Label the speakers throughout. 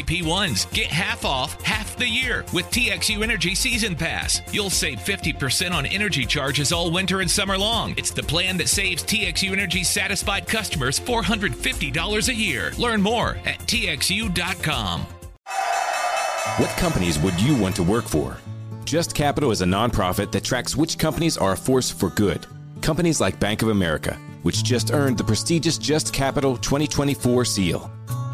Speaker 1: AP1s. Get half off half the year with TXU Energy Season Pass. You'll save 50% on energy charges all winter and summer long. It's the plan that saves TXU Energy satisfied customers $450 a year. Learn more at TXU.com.
Speaker 2: What companies would you want to work for? Just Capital is a nonprofit that tracks which companies are a force for good. Companies like Bank of America, which just earned the prestigious Just Capital 2024 seal.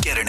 Speaker 3: Get an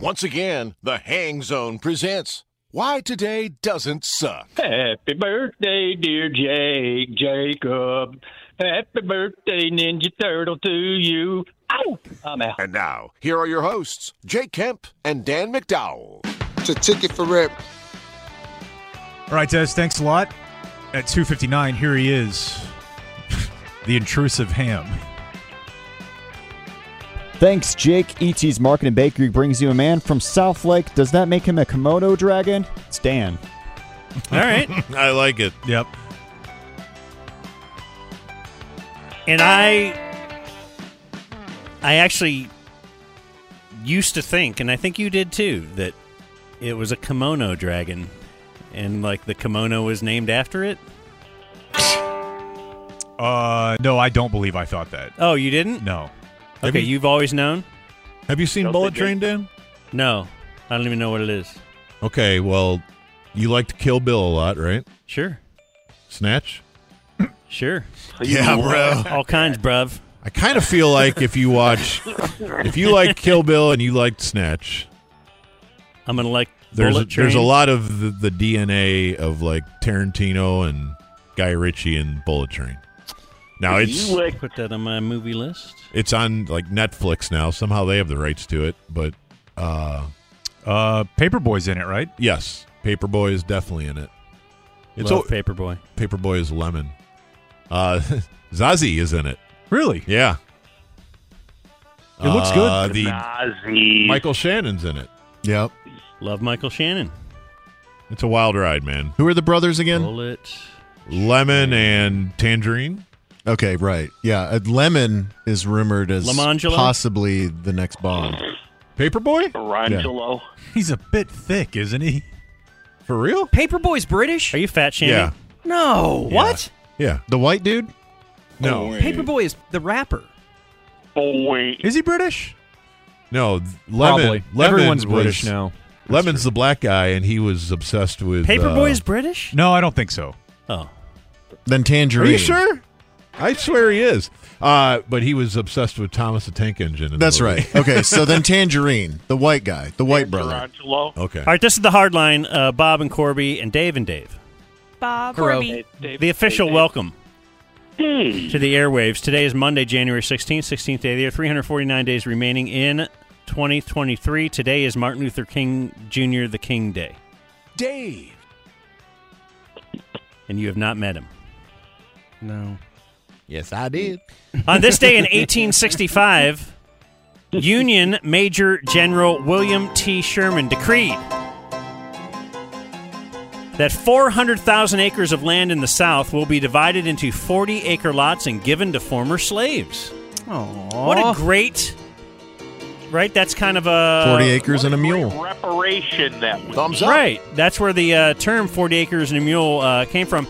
Speaker 4: Once again, the Hang Zone presents Why Today Doesn't Suck.
Speaker 5: Happy birthday, dear Jake Jacob. Happy birthday, Ninja Turtle, to you. Ow! I'm out.
Speaker 4: And now, here are your hosts, Jake Kemp and Dan McDowell.
Speaker 6: It's a ticket for rip.
Speaker 7: All right, Des, thanks a lot. At 2.59, here he is, the intrusive ham.
Speaker 8: Thanks, Jake. ET's Market and Bakery brings you a man from South Lake. Does that make him a Komodo dragon? It's Dan.
Speaker 9: All right.
Speaker 10: I like it.
Speaker 7: Yep.
Speaker 9: And I I actually used to think, and I think you did too, that it was a kimono dragon. And like the kimono was named after it.
Speaker 7: Uh no, I don't believe I thought that.
Speaker 9: Oh, you didn't?
Speaker 7: No.
Speaker 9: Okay, you, have always known?
Speaker 10: Have you seen
Speaker 5: Don't
Speaker 10: Bullet
Speaker 5: they do?
Speaker 10: Train, Dan?
Speaker 9: No. I don't even know what it is.
Speaker 10: Okay, well, you like to Kill Bill a lot, right?
Speaker 9: Sure.
Speaker 10: Snatch?
Speaker 9: Sure.
Speaker 10: Yeah, bro.
Speaker 9: All kinds, bruv.
Speaker 10: I kind of feel like if you watch, if you like Kill Bill and you liked Snatch,
Speaker 9: I'm gonna like
Speaker 10: there's a,
Speaker 9: Bullet Train.
Speaker 10: there's a lot of the, the DNA of like Tarantino and Guy Ritchie and Bullet Train. Now it's
Speaker 5: you lick
Speaker 9: Put that on my movie list.
Speaker 10: it's on like Netflix now. Somehow they have the rights to it, but uh
Speaker 7: Uh, Paperboy's in it, right?
Speaker 10: yes, Paperboy is definitely in it. It's
Speaker 9: Love
Speaker 10: o-
Speaker 9: Paperboy.
Speaker 10: Paperboy is Lemon. Uh Zazie is in it.
Speaker 7: Really?
Speaker 10: Yeah.
Speaker 7: It looks good.
Speaker 10: Uh, the
Speaker 5: Nazi.
Speaker 10: Michael Shannon's in it. Yep.
Speaker 9: Love Michael Shannon.
Speaker 10: It's a wild ride, man. Who are the brothers again?
Speaker 9: Bullet.
Speaker 10: Lemon and Tangerine.
Speaker 11: Okay, right. Yeah, uh, Lemon is rumored as
Speaker 9: Lemangelo?
Speaker 11: possibly the next Bond.
Speaker 10: Paperboy?
Speaker 5: Orangelo.
Speaker 7: He's a bit thick, isn't he?
Speaker 10: For real?
Speaker 12: Paperboy's British?
Speaker 9: Are you fat Shannon?
Speaker 10: Yeah.
Speaker 12: No. What?
Speaker 10: Yeah.
Speaker 11: The white dude?
Speaker 10: No.
Speaker 12: Paperboy is the rapper.
Speaker 5: Boy.
Speaker 7: Is he British?
Speaker 10: No. th- Lemon.
Speaker 7: Probably.
Speaker 10: Lemon
Speaker 7: Everyone's
Speaker 10: was-
Speaker 7: British now.
Speaker 10: Lemon's the black guy, and he was obsessed with
Speaker 9: Paperboy
Speaker 10: uh,
Speaker 9: is British?
Speaker 7: No, I don't think so.
Speaker 9: Oh.
Speaker 11: Then
Speaker 10: Are
Speaker 11: Tangerine.
Speaker 10: you sure? I swear he is. Uh, but he was obsessed with Thomas the Tank Engine. in
Speaker 11: That's
Speaker 10: the movie.
Speaker 11: right. Okay, so then Tangerine, the white guy, the white brother.
Speaker 5: Orangelo.
Speaker 10: Okay.
Speaker 9: All right, this is the hard line. Uh, Bob and Corby and Dave and Dave.
Speaker 13: Bob
Speaker 12: Grow.
Speaker 13: Corby.
Speaker 9: The official welcome
Speaker 5: Hey.
Speaker 9: to the airwaves. Today is Monday, January 16th, 16th day of the year, 349 days remaining in 2023. Today is Martin Luther King Jr., the King Day,
Speaker 4: Dave.
Speaker 9: and you have not met him.
Speaker 12: No.
Speaker 11: Yes, I did.
Speaker 9: On this day in 1865, Union Major General William T. Sherman decreed that 400,000 acres of land in the South will be divided into 40 acre lots and given to former slaves.
Speaker 12: Aww.
Speaker 9: What a great. Right? That's kind of a.
Speaker 11: 40 acres and a
Speaker 5: Great
Speaker 11: mule.
Speaker 5: Reparation that was.
Speaker 4: Thumbs up.
Speaker 9: Right. That's where the uh, term 40 acres and a mule uh, came from.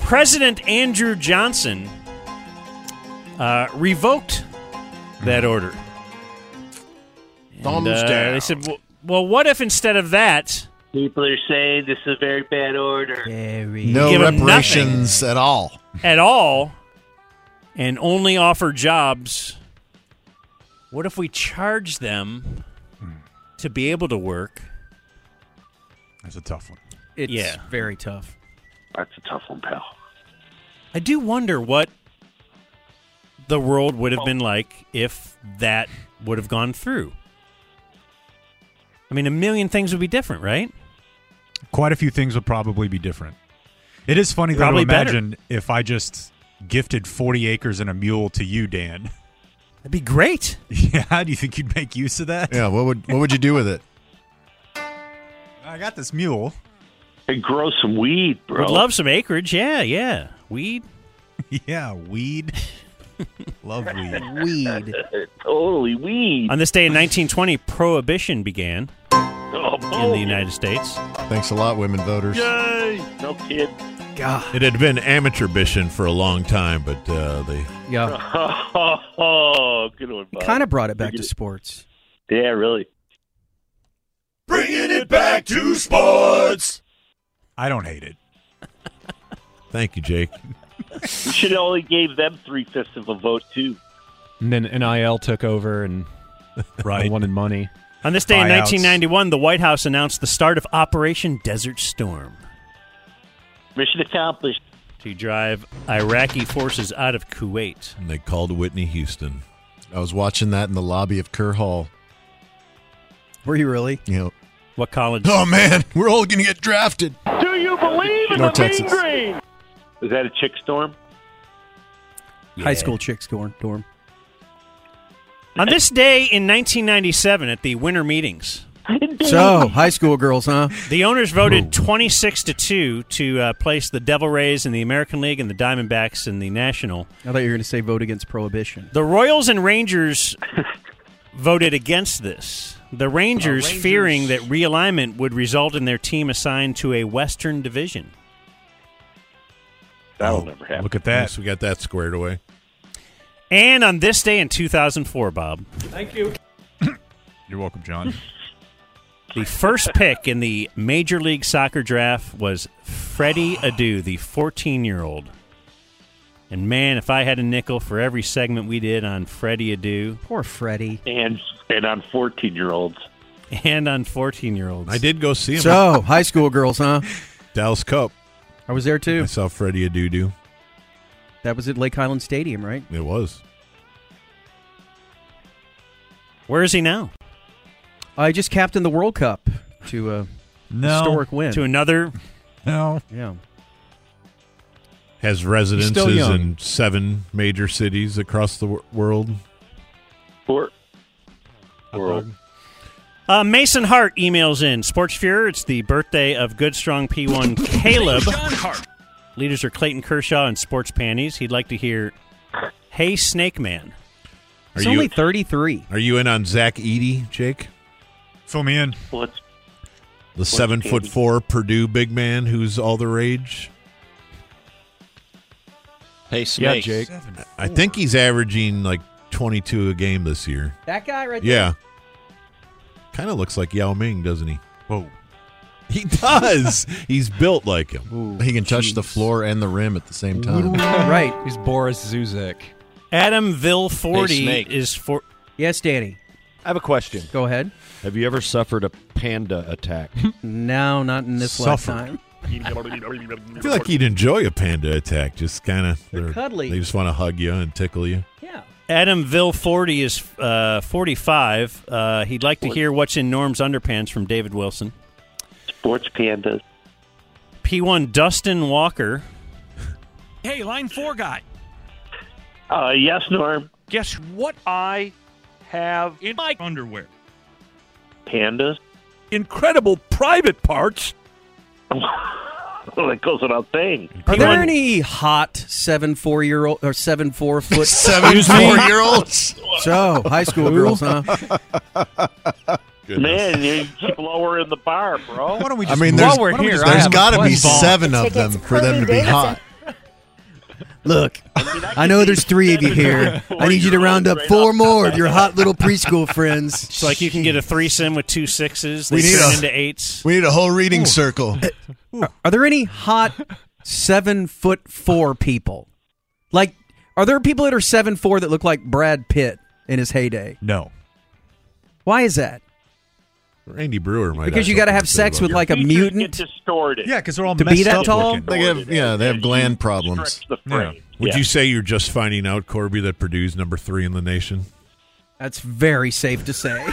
Speaker 9: President Andrew Johnson uh, revoked that order. And,
Speaker 4: Thumbs
Speaker 9: uh,
Speaker 4: down.
Speaker 9: They said, well, well, what if instead of that,
Speaker 5: People are saying this is a very bad order.
Speaker 12: Very.
Speaker 11: No
Speaker 9: Give him
Speaker 11: reparations at all.
Speaker 9: at all, and only offer jobs
Speaker 14: What if we charge them
Speaker 7: Hmm.
Speaker 14: to be able to work?
Speaker 7: That's a tough one.
Speaker 2: It's
Speaker 14: yeah.
Speaker 2: very tough.
Speaker 15: That's a tough one, pal.
Speaker 14: I do wonder what the world would have been like if that would have gone through. I mean, a million things would be different, right?
Speaker 7: Quite a few things would probably be different. It is funny though to
Speaker 14: Probably better.
Speaker 7: imagine if I just gifted 40 acres and a mule to you, Dan.
Speaker 2: That'd be great.
Speaker 7: Yeah, do you think you'd make use of that?
Speaker 16: Yeah, what would what would you do with it?
Speaker 7: I got this mule.
Speaker 15: And grow some weed, bro.
Speaker 14: Would love some acreage. Yeah, yeah. Weed.
Speaker 7: yeah, weed. love weed.
Speaker 2: Weed.
Speaker 15: totally weed.
Speaker 14: On this day in 1920, prohibition began
Speaker 15: Oh,
Speaker 14: in
Speaker 15: boom.
Speaker 14: the United States.
Speaker 16: Thanks a lot, women voters.
Speaker 15: Yay! No kid.
Speaker 2: God.
Speaker 10: It had been amateur mission for a long time, but uh, they
Speaker 2: Yeah.
Speaker 5: Oh,
Speaker 15: Good one, bud.
Speaker 2: Kind of brought it back to sports.
Speaker 15: Yeah, really.
Speaker 10: bringing it back to sports.
Speaker 7: I don't hate it.
Speaker 10: Thank you, Jake.
Speaker 15: You should have only gave them three fifths of a vote too.
Speaker 17: And then NIL took over and
Speaker 7: right.
Speaker 17: won in money.
Speaker 14: On this day in
Speaker 17: Buyouts.
Speaker 14: 1991, the White House announced the start of Operation Desert Storm
Speaker 15: Mission accomplished.
Speaker 14: to drive Iraqi forces out of Kuwait.
Speaker 10: And they called Whitney Houston.
Speaker 16: I was watching that in the lobby of Kerr Hall.
Speaker 2: Were you really?
Speaker 16: You know,
Speaker 14: What college?
Speaker 16: oh man, we're all gonna get drafted.
Speaker 15: Do you believe
Speaker 16: in No, the mean Texas.
Speaker 15: green? Is that a chick storm?
Speaker 2: High school chicks dorm. dorm.
Speaker 14: On this day in 1997, at the winter meetings,
Speaker 2: So, high school girls, huh?
Speaker 14: the owners voted 26 to 2 to uh, place the Devil Rays in the American League and the Diamondbacks in the National.
Speaker 2: I thought you were going to say vote against prohibition.
Speaker 14: The Royals and Rangers voted against this. The Rangers, fearing that realignment would result in their team assigned to a Western division.
Speaker 15: That'll never happen.
Speaker 7: Oh, Look at that.
Speaker 10: Yes, we got that squared away.
Speaker 14: And on this day in 2004, Bob,
Speaker 15: Thank you.
Speaker 7: You're welcome, John.
Speaker 14: the first pick in the Major League Soccer draft was Freddie Adu, the 14 year old. And man, if I had a nickel for every segment we did on Freddie Adu
Speaker 2: Poor Freddie.
Speaker 15: And and on fourteen year olds.
Speaker 14: and on 14 year olds,
Speaker 10: I did go see him.
Speaker 2: So, high school girls, huh?
Speaker 10: Dallas Cup.
Speaker 2: I was there
Speaker 10: I
Speaker 2: too.
Speaker 10: saw Freddie Adudu.
Speaker 2: That was at Lake Highland Stadium, right?
Speaker 10: It was.
Speaker 14: Where is he now?
Speaker 2: I just captained the World Cup to a
Speaker 7: No.
Speaker 2: historic win.
Speaker 14: To another
Speaker 7: No.
Speaker 2: yeah.
Speaker 10: Has residences
Speaker 17: young.
Speaker 10: in seven major cities across the wor- world.
Speaker 15: Poor world.
Speaker 14: Uh, Mason Hart emails in Sports Fuhrer. It's the birthday of good strong P1 Caleb. Leaders are Clayton Kershaw and Sports Panties. He'd like to hear Hey Snake Man.
Speaker 10: Are
Speaker 2: He's
Speaker 10: you
Speaker 2: only 33.
Speaker 10: are you in on Zach Eady, Jake?
Speaker 7: Fill me in.
Speaker 15: What's
Speaker 10: The seven foot
Speaker 15: Eadie?
Speaker 10: four Purdue big man who's all the rage.
Speaker 18: Hey,
Speaker 17: Yeah,
Speaker 18: Snake.
Speaker 17: Jake.
Speaker 10: I think he's averaging like twenty two a game this year.
Speaker 2: That guy right
Speaker 10: Yeah. Kind of looks like Yao Ming, doesn't he?
Speaker 7: Whoa.
Speaker 10: He does. he's built like him.
Speaker 16: He can touch the floor and the rim at the same time.
Speaker 2: Right.
Speaker 17: He's Boris Zuzek.
Speaker 14: Adam Ville 40
Speaker 18: Snake.
Speaker 14: is for.
Speaker 2: Yes, Danny.
Speaker 18: I have a question.
Speaker 2: Go ahead.
Speaker 18: Have you ever suffered a panda attack?
Speaker 2: No, not in this
Speaker 10: Suffer.
Speaker 2: lifetime.
Speaker 10: I feel like he'd enjoy a panda attack. Just kind of
Speaker 2: They're cuddly.
Speaker 10: They just want to hug you and tickle you.
Speaker 2: Yeah.
Speaker 14: Adam Ville 40 is uh, 45. Uh, he'd like to hear what's in Norm's underpants from David Wilson.
Speaker 15: sports pandas?
Speaker 14: P1 Dustin Walker.
Speaker 1: Hey, line four guy.
Speaker 15: Uh, yes, Norm.
Speaker 1: Guess what I have in my underwear?
Speaker 15: Pandas.
Speaker 1: Incredible private parts.
Speaker 15: well, that goes without saying.
Speaker 2: Are there any hot seven four year old or seven four foot
Speaker 16: Seven four year olds.
Speaker 2: so high school girls, huh?
Speaker 15: Man, you keep lowering the bar, bro.
Speaker 7: Why don't we
Speaker 16: I
Speaker 7: just
Speaker 16: mean,
Speaker 7: move-
Speaker 16: there's,
Speaker 10: Oh,
Speaker 7: why don't we just
Speaker 16: there's
Speaker 7: move
Speaker 16: got to
Speaker 7: on?
Speaker 16: be
Speaker 7: Ball.
Speaker 16: seven of them
Speaker 19: Tickets,
Speaker 16: for them to be
Speaker 19: Harley
Speaker 16: hot.
Speaker 2: Look, I know there's three of you here. I need you to round up four more of your hot little preschool friends.
Speaker 14: It's like you can get a threesome with two sixes. They
Speaker 16: We need
Speaker 14: turn
Speaker 16: a-
Speaker 14: into eights.
Speaker 16: We need a whole reading circle.
Speaker 2: Are there any hot seven foot four people? Like, are there people that are seven four that look like Brad Pitt
Speaker 12: in his heyday?
Speaker 7: No.
Speaker 12: Why is that?
Speaker 14: Randy Brewer might
Speaker 12: Because you got to have sex with like a mutant.
Speaker 6: distorted.
Speaker 7: Yeah, because they're all
Speaker 12: To be that tall?
Speaker 14: They have, yeah, they have gland problems.
Speaker 6: the frame.
Speaker 14: Yeah. Would
Speaker 6: Yeah.
Speaker 14: you say you're just finding out, Corby, that Purdue's number three in the nation?
Speaker 12: That's very safe to say.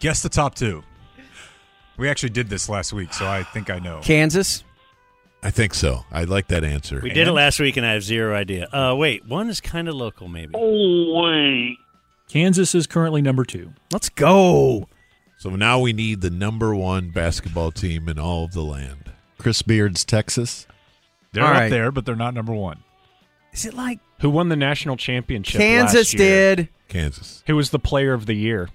Speaker 7: Guess the top two. We actually did this last week, so I think I know.
Speaker 12: Kansas.
Speaker 14: I think so. I like that answer.
Speaker 10: We did it last week, and I have zero idea. Uh, wait, one is kind of local, maybe.
Speaker 6: Holy.
Speaker 13: Kansas is currently number two.
Speaker 12: Let's go.
Speaker 14: So now we need the number one basketball team in all of the land.
Speaker 11: Chris Beard's Texas.
Speaker 7: They're
Speaker 12: All
Speaker 7: up
Speaker 12: right.
Speaker 7: there, but they're not number one.
Speaker 12: Is it like
Speaker 13: Who won the national championship?
Speaker 12: Kansas
Speaker 13: last year?
Speaker 12: did?
Speaker 14: Kansas.
Speaker 13: Who was the player of the year?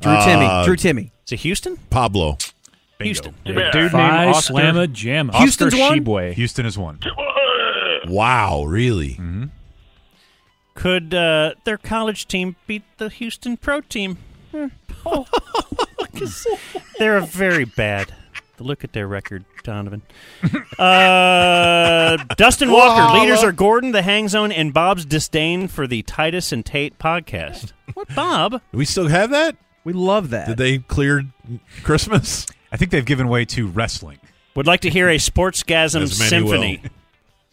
Speaker 12: Drew Timmy.
Speaker 14: Uh,
Speaker 12: Drew Timmy.
Speaker 10: Is it Houston?
Speaker 14: Pablo.
Speaker 10: Houston.
Speaker 13: A dude
Speaker 12: Phi
Speaker 13: named Oscar
Speaker 12: Slamma
Speaker 13: Jamma.
Speaker 12: Houston's
Speaker 13: Oscar
Speaker 12: one?
Speaker 13: Shibwe.
Speaker 7: Houston is one.
Speaker 14: Wow, really?
Speaker 10: Could uh, their college team beat the Houston pro team? Hmm. 'Cause they're very bad. Look at their record, Donovan. Uh, Dustin Walker, leaders are Gordon, the Hang Zone, and Bob's disdain for the Titus and Tate podcast. What, Bob?
Speaker 14: Do we still have that?
Speaker 12: We love that.
Speaker 14: Did they clear Christmas?
Speaker 7: I think they've given way to wrestling.
Speaker 10: Would like to hear a sportsgasm
Speaker 14: As many will.
Speaker 10: symphony.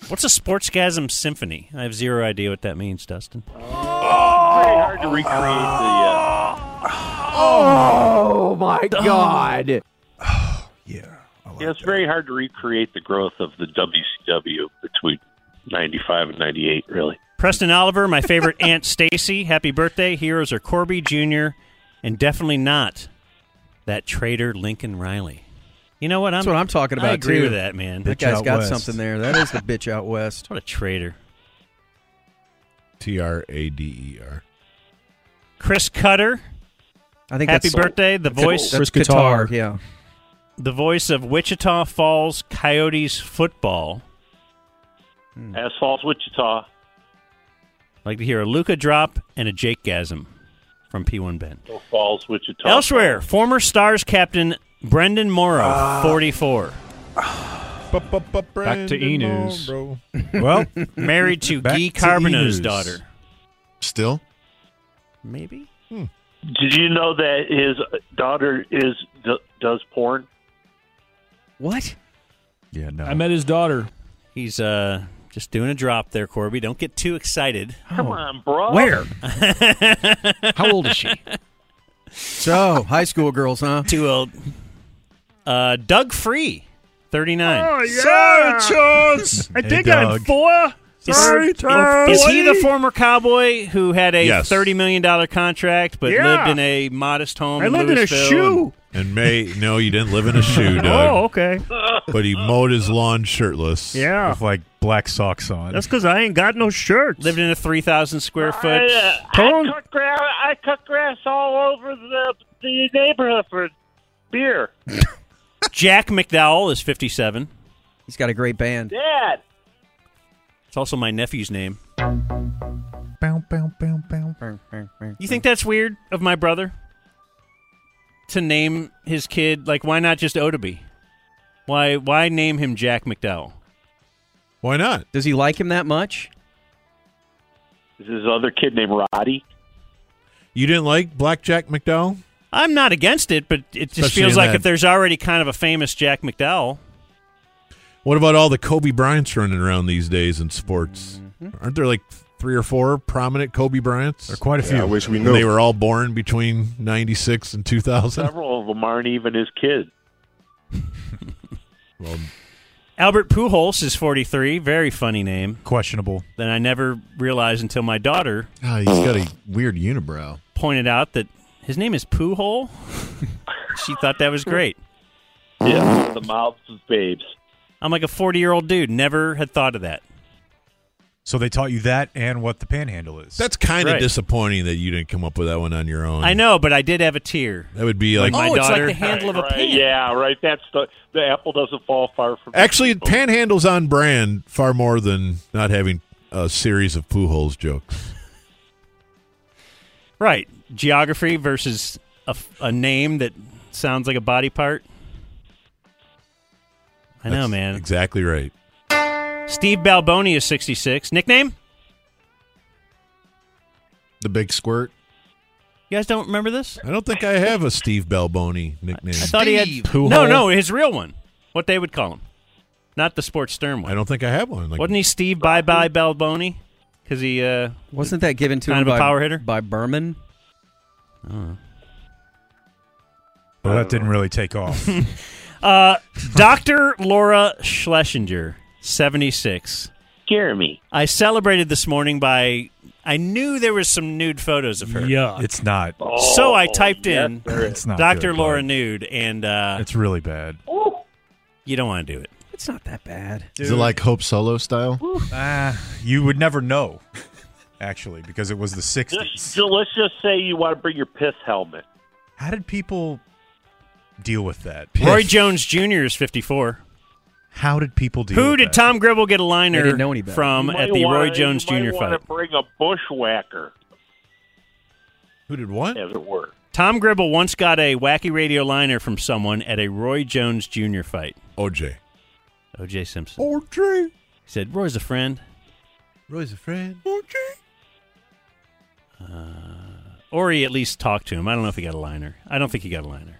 Speaker 10: What's a sportsgasm symphony? I have zero idea what that means, Dustin.
Speaker 6: Pretty hard to recreate the. Uh,
Speaker 20: Oh my God!
Speaker 6: yeah, it's very hard to recreate the growth of the WCW between '95 and '98. Really.
Speaker 10: Preston Oliver, my favorite Aunt Stacy. Happy birthday. Heroes are Corby Jr. and definitely not that traitor Lincoln Riley. You know what? I'm,
Speaker 12: That's what I'm talking about.
Speaker 10: I agree
Speaker 12: too.
Speaker 10: with that, man.
Speaker 12: That
Speaker 7: Bitch
Speaker 12: guy's
Speaker 7: out
Speaker 12: got
Speaker 7: west.
Speaker 12: something there. That is the bitch out west.
Speaker 10: What a traitor.
Speaker 14: T R A D E R.
Speaker 10: Chris Cutter.
Speaker 12: I think.
Speaker 10: Happy
Speaker 12: that's-
Speaker 10: birthday. The
Speaker 12: that's-
Speaker 10: voice
Speaker 12: That's
Speaker 13: Chris
Speaker 12: Qatar.
Speaker 13: Qatar.
Speaker 12: Yeah.
Speaker 10: the voice of Wichita Falls Coyotes football.
Speaker 6: Asphalt Wichita.
Speaker 10: I'd like to hear a Luca drop and a Jake Gasm from P1 Ben.
Speaker 6: Go Falls, Wichita.
Speaker 10: Elsewhere, former Stars captain Brendan Morrow, 44.
Speaker 13: Back to E News.
Speaker 7: Well,
Speaker 10: Married to
Speaker 7: Back
Speaker 10: Guy
Speaker 7: to
Speaker 10: Carbonneau's
Speaker 7: E-News.
Speaker 10: daughter.
Speaker 11: Still?
Speaker 10: Maybe?
Speaker 6: Did you know that his daughter is d- does porn?
Speaker 12: What?
Speaker 7: yeah, no.
Speaker 13: I met his daughter.
Speaker 10: He's uh just doing a drop there, Corby. Don't get too excited.
Speaker 6: Come on, bro.
Speaker 12: Where?
Speaker 13: How old is she?
Speaker 12: So high school girls, huh?
Speaker 10: Too old. Uh, Doug Free, 39.
Speaker 13: Sorry, Charles. I
Speaker 7: think I'm Doug.
Speaker 13: four.
Speaker 10: Is- is, he the former cowboy who had a
Speaker 14: Yes.
Speaker 10: $30 million contract but
Speaker 13: Yeah.
Speaker 10: lived in a modest home? Louisville and-
Speaker 14: And May, no, you didn't live in a shoe, Doug.
Speaker 13: okay.
Speaker 14: But he mowed his lawn shirtless.
Speaker 7: With like black socks on.
Speaker 13: because I ain't got no shirts.
Speaker 10: lived in a 3,000 square foot.
Speaker 13: Tone.
Speaker 6: cut grass. I cut grass all over the the neighborhood for beer.
Speaker 10: Jack McDowell is 57.
Speaker 12: He's got a great band.
Speaker 6: Dad.
Speaker 10: It's also my nephew's name. You think that's weird of my brother to name his kid like why not just Odaby? Why why name him Jack McDowell?
Speaker 14: Why not?
Speaker 12: Does he like him that much?
Speaker 6: Is his other kid named Roddy?
Speaker 14: You didn't like Blackjack McDowell?
Speaker 10: I'm not against it, but it just
Speaker 14: Especially
Speaker 10: feels
Speaker 14: in
Speaker 10: like
Speaker 14: that-
Speaker 10: if there's already kind of a famous Jack McDowell.
Speaker 14: What about all the Kobe Bryants running around these days in sports?
Speaker 12: Mm-hmm.
Speaker 14: Aren't there like three or four prominent Kobe Bryants?
Speaker 7: there are quite a few.
Speaker 14: we knew. They were all born between 96 and 2000.
Speaker 6: Several of them aren't even his kids.
Speaker 14: Well,
Speaker 10: Albert Pujols is 43, very funny name
Speaker 7: Questionable.
Speaker 10: that I never realized until my daughter
Speaker 11: Ah, he's got a weird unibrow.
Speaker 10: pointed out that his name is Pujols. she thought that was great.
Speaker 6: Yeah, the mouths of babes.
Speaker 10: I'm like a 40 year old dude. Never had thought of that.
Speaker 7: So they taught you that and what the panhandle is.
Speaker 14: that's kind of
Speaker 10: Right.
Speaker 14: disappointing that you didn't come up with that one on your own.
Speaker 10: I know, but I did have a tear.
Speaker 14: That would be like.
Speaker 10: my oh, it's like daughter- the handle of a
Speaker 6: Right,
Speaker 10: pan.
Speaker 6: Yeah, right. That's the the apple doesn't fall far from.
Speaker 14: Actually, Panhandle's on brand far more than not having a series of poo holes jokes.
Speaker 10: Right. Geography versus a, f- a name that sounds like a body part. I know,
Speaker 14: That's
Speaker 10: man.
Speaker 14: Exactly right.
Speaker 10: Steve Balboni is 66. Nickname?
Speaker 21: The big squirt.
Speaker 14: You guys don't remember this?
Speaker 22: I don't think I have a Steve Balboni nickname.
Speaker 14: I thought he had no, no, his real one. What they would call him, not the sports stern one.
Speaker 22: I don't think I have one. Like,
Speaker 14: Wasn't he Steve Bye Bye Balboni? Because he uh,
Speaker 23: Wasn't that given to
Speaker 14: kind
Speaker 23: him
Speaker 14: of
Speaker 23: by,
Speaker 14: a power hitter?
Speaker 23: by Berman?
Speaker 24: Well, that didn't really take off.
Speaker 14: Uh, Dr. Laura Schlesinger, 76.
Speaker 25: Jeremy.
Speaker 14: I celebrated this morning by. I knew there was some nude photos of her.
Speaker 24: Yeah, it's not.
Speaker 14: So
Speaker 25: Oh,
Speaker 14: I typed
Speaker 24: yes,
Speaker 14: in
Speaker 24: there is. It's not
Speaker 14: Dr.
Speaker 24: good,
Speaker 14: Laura nude, and uh,
Speaker 24: It's really bad.
Speaker 14: you don't want to do it.
Speaker 23: It's not that bad.
Speaker 21: Is it like Hope Solo style?
Speaker 24: Ah, you would never know, actually, because it was the 60s.
Speaker 25: So let's just say you want to bring your piss helmet.
Speaker 24: How did people deal with that?
Speaker 14: Roy Jones Jr. is 54.
Speaker 24: How did people deal
Speaker 14: Who
Speaker 24: with
Speaker 14: did
Speaker 24: that?
Speaker 14: Tom Gribble get a liner
Speaker 24: They didn't know any better.
Speaker 14: from
Speaker 25: You might
Speaker 14: Um, at the Roy
Speaker 25: wanna-
Speaker 14: Jones
Speaker 25: you might
Speaker 14: Jr.
Speaker 25: wanna
Speaker 14: fight?
Speaker 25: bring a bushwhacker,
Speaker 22: Who did what?
Speaker 25: as it were.
Speaker 14: Tom Gribble once got a wacky radio liner from someone at a Roy Jones Jr. fight.
Speaker 22: OJ.
Speaker 14: OJ Simpson.
Speaker 22: OJ.
Speaker 14: He said, Roy's a friend. Uh,
Speaker 22: Roy's a friend.
Speaker 14: Or he at least talked to him. I don't know if he got a liner. I don't think he got a liner.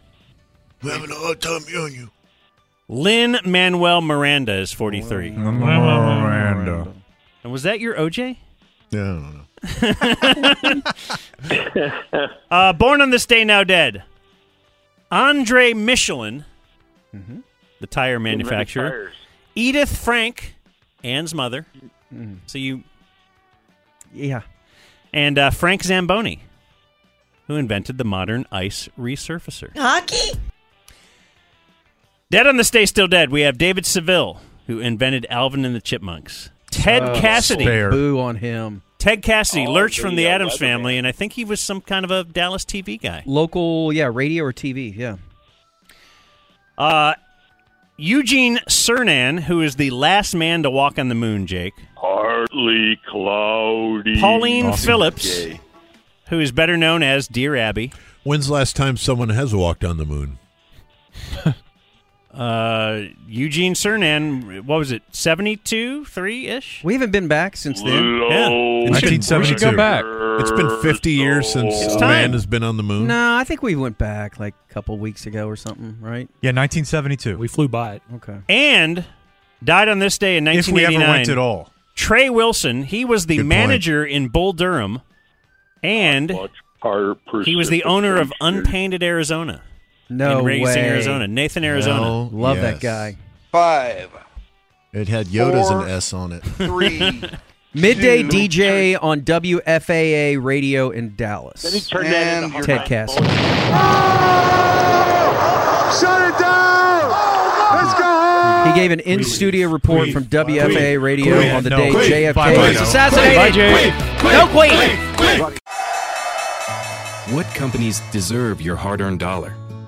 Speaker 22: We're having a hard time hearing you.
Speaker 14: Lynn Manuel Miranda is 43.
Speaker 22: Oh.
Speaker 24: Miranda.
Speaker 14: And was that your OJ?
Speaker 21: Yeah, I don't know.
Speaker 14: Uh, born on this day, now dead. Andre Michelin, the tire manufacturer. Edith Frank, Anne's mother. So you.
Speaker 23: Yeah.
Speaker 14: And uh, Frank Zamboni, who invented the modern ice resurfacer.
Speaker 16: Hockey?
Speaker 14: Dead on this day, still dead. We have David Seville, who invented Alvin and the Chipmunks. Ted
Speaker 23: Oh,
Speaker 14: Cassidy.
Speaker 23: Boo on him.
Speaker 14: Ted Cassidy,
Speaker 23: Oh,
Speaker 14: Lurch from
Speaker 23: the,
Speaker 14: the
Speaker 23: uh,
Speaker 14: Adams
Speaker 23: Weatherman.
Speaker 14: Family, and I think he was some kind of a Dallas TV guy.
Speaker 23: Local, yeah, radio or TV, yeah.
Speaker 14: Uh, Eugene Cernan, who is the last man to walk on the moon, Jake.
Speaker 25: Partly cloudy.
Speaker 14: Pauline Phillips, who is better known as Dear Abby.
Speaker 22: When's the last time someone has walked on the moon?
Speaker 14: Uh, Eugene Cernan, what was it, 72, 3 ish?
Speaker 23: We haven't been back since then.
Speaker 14: Yeah.
Speaker 22: It's been 50 years since
Speaker 23: It's
Speaker 22: a
Speaker 23: time.
Speaker 22: man has been on the moon.
Speaker 23: No, I think we went back like a couple weeks ago or something, right?
Speaker 24: Yeah, 1972. We
Speaker 23: flew by it. Okay.
Speaker 14: And died on this day in
Speaker 24: If we ever
Speaker 14: 1989.
Speaker 24: went at all.
Speaker 14: Trey Wilson, he was the
Speaker 24: Good point.
Speaker 14: manager in Bull Durham, and he was the owner of Unpainted Arizona.
Speaker 23: No
Speaker 14: in Racing,
Speaker 23: way.
Speaker 14: Arizona. Nathan, Arizona.
Speaker 21: Hell
Speaker 23: Love
Speaker 21: yes.
Speaker 23: that guy.
Speaker 21: Five. It had Yoda's
Speaker 23: Four.
Speaker 21: an S on it.
Speaker 23: Three. Midday DJ on WFAA radio in Dallas.
Speaker 21: Then he turned that And- into
Speaker 23: Ted Cassidy.
Speaker 26: Shut it down! Let's go
Speaker 23: He gave an in-studio report from WFAA radio
Speaker 26: Quit.
Speaker 23: on the
Speaker 26: No.
Speaker 23: day
Speaker 26: Quit.
Speaker 23: JFK
Speaker 26: Bye,
Speaker 23: was
Speaker 26: Biden.
Speaker 23: assassinated.
Speaker 26: Bye, Jay.
Speaker 23: No, quit.
Speaker 2: What companies deserve your hard earned dollar?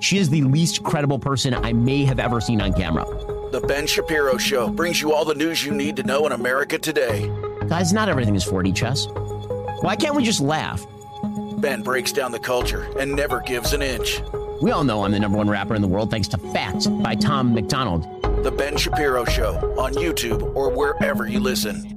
Speaker 7: She is the least credible person I may have ever seen on camera.
Speaker 3: The Ben Shapiro Show brings you all the news you need to know in America today.
Speaker 7: Guys, not everything is 4D chess. Why can't we just laugh?
Speaker 3: Ben breaks down the culture and never gives an inch.
Speaker 7: We all know I'm the number one rapper in the world thanks to Facts by Tom McDonald.
Speaker 3: The Ben Shapiro Show on YouTube or wherever you listen.